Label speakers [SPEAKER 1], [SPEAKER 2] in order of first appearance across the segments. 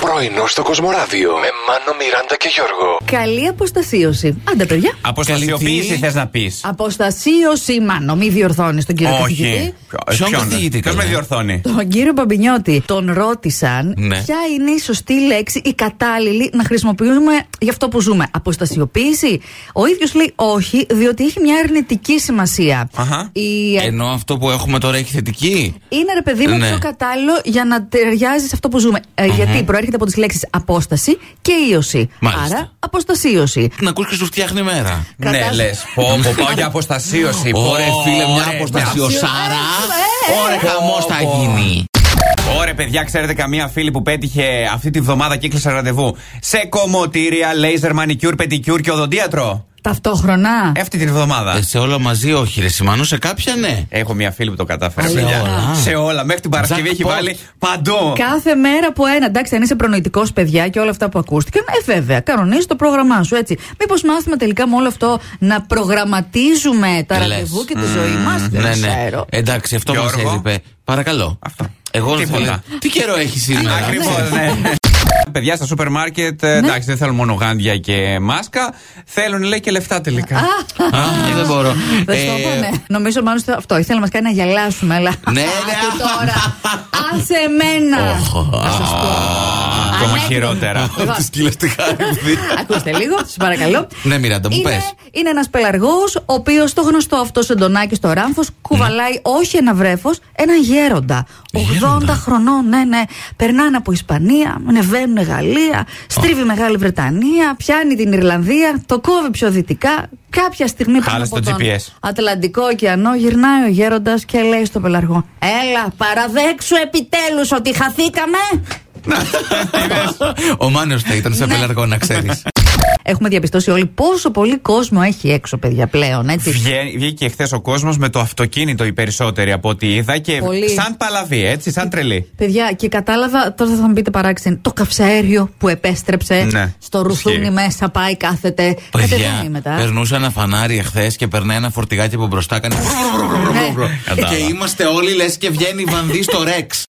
[SPEAKER 1] Πρωινό στο Κοσμοράδιο με Μάνο, Μιράντα και Γιώργο.
[SPEAKER 2] Καλή αποστασίωση. Άντε, παιδιά.
[SPEAKER 3] Αποστασιοποίηση
[SPEAKER 4] Καλή τι?
[SPEAKER 3] θες να πεις.
[SPEAKER 2] Αποστασίωση, μάνο. Μη διορθώνεις τον κύριο καθηγητή.
[SPEAKER 4] Όχι. Ποιον καθηγητή,
[SPEAKER 3] Ποιος με
[SPEAKER 4] καλέ?
[SPEAKER 3] διορθώνει.
[SPEAKER 2] Τον κύριο Μπαμπινιώτη τον ρώτησαν
[SPEAKER 4] Ναι.
[SPEAKER 2] ποια είναι η σωστή λέξη, η κατάλληλη να χρησιμοποιούμε για αυτό που ζούμε. Αποστασιοποίηση. Ο ίδιος λέει όχι, διότι έχει μια αρνητική σημασία.
[SPEAKER 3] Αχα.
[SPEAKER 2] Η...
[SPEAKER 4] Ενώ αυτό που έχουμε τώρα έχει θετική.
[SPEAKER 2] Είναι ρε παιδί μου
[SPEAKER 4] Ε, Ναι.
[SPEAKER 2] πιο κατάλληλο για να ταιριάζει σε αυτό που ζουμε Ε, Γιατί προέρχεται από τις λέξεις απόσταση και ίωση.
[SPEAKER 4] Μάλιστα.
[SPEAKER 2] Άρα αποστασίωση.
[SPEAKER 4] Να ακούς και σου φτιάχνει η μέρα.
[SPEAKER 3] Ναι,
[SPEAKER 2] Κρατάς-
[SPEAKER 3] λες. Πω, πω, πάω για αποστασίωση.
[SPEAKER 4] Ωρε φίλε, μια
[SPEAKER 3] Λοιπόν, Ωραία,
[SPEAKER 4] αποστασιοσάρα.
[SPEAKER 2] Ε,
[SPEAKER 4] Ωρε χαμός θα
[SPEAKER 3] Πω, πω.
[SPEAKER 4] γίνει.
[SPEAKER 3] Ωραία, παιδιά, ξέρετε καμία φίλη που πέτυχε αυτή τη βδομάδα και έκλεισε ραντεβού σε κομμωτήρια, λέιζερ, μανικιούρ, πετικιούρ και οδοντίατρο.
[SPEAKER 2] Ταυτόχρονα.
[SPEAKER 3] Ε, Αυτή την εβδομάδα.
[SPEAKER 4] Ε, Σε όλα μαζί όχι, ρε Σιμάνου, σε κάποια ναι.
[SPEAKER 3] Έχω μια φίλη που το κατάφερε.
[SPEAKER 2] Σε
[SPEAKER 3] παιδιά.
[SPEAKER 4] όλα.
[SPEAKER 3] Σε όλα. Μέχρι την Παρασκευή έχει
[SPEAKER 4] Jackpot.
[SPEAKER 3] βάλει παντού.
[SPEAKER 2] Κάθε μέρα από ένα. Εντάξει, αν είσαι προνοητικός, παιδιά και όλα αυτά που ακούστηκαν, ε, βέβαια, κανονίζει το πρόγραμμά σου, έτσι. Μήπως μάθουμε τελικά με όλο αυτό να προγραμματίζουμε τα
[SPEAKER 4] Λες.
[SPEAKER 2] ραντεβού και τη ζωή μας. Δεν
[SPEAKER 4] Ναι, ναι.
[SPEAKER 2] ξέρω.
[SPEAKER 4] Εντάξει, αυτό μας
[SPEAKER 3] Γιώργο.
[SPEAKER 4] έλειπε. Παρακαλώ.
[SPEAKER 3] Αυτό.
[SPEAKER 4] Εγώ
[SPEAKER 3] Τίποτα.
[SPEAKER 4] θέλω. Τι καιρό έχεις σήμερα.
[SPEAKER 3] Ακριβώς,
[SPEAKER 4] ξέρεις.
[SPEAKER 3] ναι. Παιδιά στα σούπερ μάρκετ, ε, εντάξει, δεν θέλουν μόνο γάντια και μάσκα. Θέλουν, λέει, και λεφτά τελικά.
[SPEAKER 4] Α, Δεν μπορώ.
[SPEAKER 2] Δεν
[SPEAKER 4] Ε,
[SPEAKER 2] στο είπαμε. ναι. Νομίζω μάλλον στο- αυτό. Ήθελε να μας κάνει να γελάσουμε, αλλά.
[SPEAKER 4] Ναι, ναι.
[SPEAKER 2] Άντε τώρα. Άσε εμένα. Θα σας πω.
[SPEAKER 3] Ακόμα
[SPEAKER 2] Ανέκδοτο.
[SPEAKER 3] χειρότερα.
[SPEAKER 2] Λοιπόν,
[SPEAKER 4] Τη κύλα τη χάρη.
[SPEAKER 2] Ακούστε λίγο, σας παρακαλώ.
[SPEAKER 4] Ναι, Μιράντα, μου
[SPEAKER 2] Είναι-
[SPEAKER 4] πες.
[SPEAKER 2] Είναι ένας πελαργός, ο οποίος το γνωστό αυτό εντονάκι στο ράμφος, κουβαλάει όχι ένα βρέφος, ένα γέροντα. 80 χρονών, ναι, ναι. Περνάνε από Ισπανία, ανεβαίνουν Γαλλία, στρίβει Μεγάλη Βρετανία, πιάνει την Ιρλανδία, το κόβει πιο δυτικά. Κάποια στιγμή πάνω
[SPEAKER 3] Χάλασε
[SPEAKER 2] από
[SPEAKER 3] το
[SPEAKER 2] τον
[SPEAKER 3] GPS.
[SPEAKER 2] Ατλαντικό ωκεανό γυρνάει ο γέροντας και λέει στο πελαργό: Έλα, παραδέξου επιτέλους ότι χαθήκαμε.
[SPEAKER 4] Ο Μάνιο θα ήταν σε
[SPEAKER 2] Ναι.
[SPEAKER 4] πελαργό, να ξέρεις.
[SPEAKER 2] Έχουμε διαπιστώσει όλοι πόσο πολύ κόσμο έχει έξω, παιδιά, πλέον. Έτσι.
[SPEAKER 3] Βγε- Βγήκε χθες ο κόσμος με το αυτοκίνητο οι περισσότεροι από ό,τι είδα και
[SPEAKER 2] Πολύ.
[SPEAKER 3] σαν παλαβή, έτσι, σαν τρελή.
[SPEAKER 2] Παιδιά, και κατάλαβα, τώρα θα μου πείτε παράξενη, το καυσαέριο που επέστρεψε
[SPEAKER 3] Ναι.
[SPEAKER 2] στο ρουθούνι
[SPEAKER 3] Ισχύει.
[SPEAKER 2] μέσα, πάει, κάθεται. Κατεβαίνει
[SPEAKER 4] Παιδιά,
[SPEAKER 2] μετά.
[SPEAKER 4] περνούσα ένα φανάρι εχθές και περνάει ένα φορτηγάκι από μπροστά. Κάνει.
[SPEAKER 3] Ναι.
[SPEAKER 4] Και
[SPEAKER 3] Κατάλαβα.
[SPEAKER 4] είμαστε όλοι λες και βγαίνει βανδύ στο ρεξ.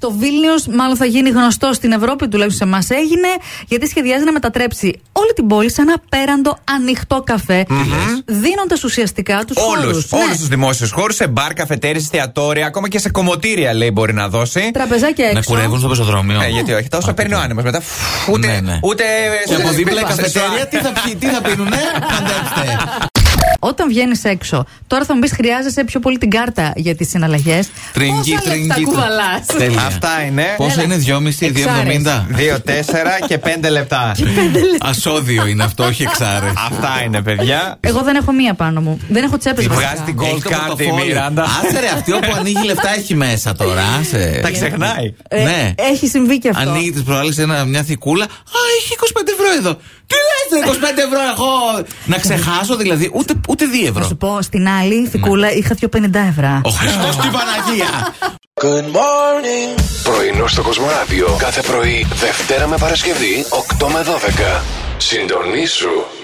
[SPEAKER 2] Το Βίλνιο, μάλλον θα γίνει γνωστό στην Ευρώπη, τουλάχιστον σε εμάς έγινε, γιατί σχεδιάζει να μετατρέψει όλη την πόλη σε ένα απέραντο ανοιχτό καφέ, δίνοντας ουσιαστικά τους
[SPEAKER 3] Όλους
[SPEAKER 2] Ναι.
[SPEAKER 3] όλους τους δημόσιους χώρους, σε μπαρ, καφετέρειε, εστιατόρια, ακόμα και σε κομμωτήρια λέει μπορεί να δώσει.
[SPEAKER 2] Τραπεζάκια έξω.
[SPEAKER 4] Να κουρεύουν στο πεζοδρόμιο.
[SPEAKER 3] Ε, γιατί όχι, τόσο παίρνει ο άνεμος μετά. φου, Ούτε.
[SPEAKER 4] Ναι, ναι.
[SPEAKER 3] ούτε
[SPEAKER 4] Και από δίπλα η
[SPEAKER 3] σε-
[SPEAKER 4] καφετέρια τι θα πιει, τι θα πίνουνε. Αντέξτε.
[SPEAKER 2] Όταν βγαίνεις έξω, τώρα θα μου πεις χρειάζεσαι πιο πολύ την κάρτα για τις συναλλαγές.
[SPEAKER 4] Τριγκί,
[SPEAKER 2] Πόσα λεφτά
[SPEAKER 4] τριγκί.
[SPEAKER 2] κουβαλάς?
[SPEAKER 4] Τέλεια.
[SPEAKER 3] Αυτά είναι.
[SPEAKER 4] Πόσα είναι, 2,5, 2,70.
[SPEAKER 3] Δύο, τέσσερα και πέντε λεπτά.
[SPEAKER 4] Ασώδιο είναι αυτό, όχι εξάρε.
[SPEAKER 3] Αυτά είναι, παιδιά.
[SPEAKER 2] Εγώ δεν έχω μία πάνω μου. Δεν έχω τσέπες
[SPEAKER 3] Τη
[SPEAKER 2] βασικά.
[SPEAKER 3] βγάζει την gold card η Μιράντα.
[SPEAKER 4] Άσε ρε, αυτή όπου ανοίγει λεφτά έχει μέσα τώρα. Άσε.
[SPEAKER 3] Τα ξεχνάει.
[SPEAKER 2] Ε,
[SPEAKER 4] Ναι.
[SPEAKER 2] Έχει συμβεί και αυτό.
[SPEAKER 4] Ανοίγει τη προάλλη ένα, μια θικούλα. Α, έχει 25 ευρώ εδώ. Τι λες, 25 ευρώ έχω. Να ξεχάσω δηλαδή ούτε, ούτε 2
[SPEAKER 2] Θα
[SPEAKER 4] ευρώ.
[SPEAKER 2] σου πω, στην άλλη θικούλα είχα 2,50 ευρώ.
[SPEAKER 4] Ο Χριστός την Παναγία.
[SPEAKER 1] Πρωινό στο Κοσμοράδιο κάθε πρωί, Δευτέρα με Παρασκευή, 8 με 12. Συντονίσου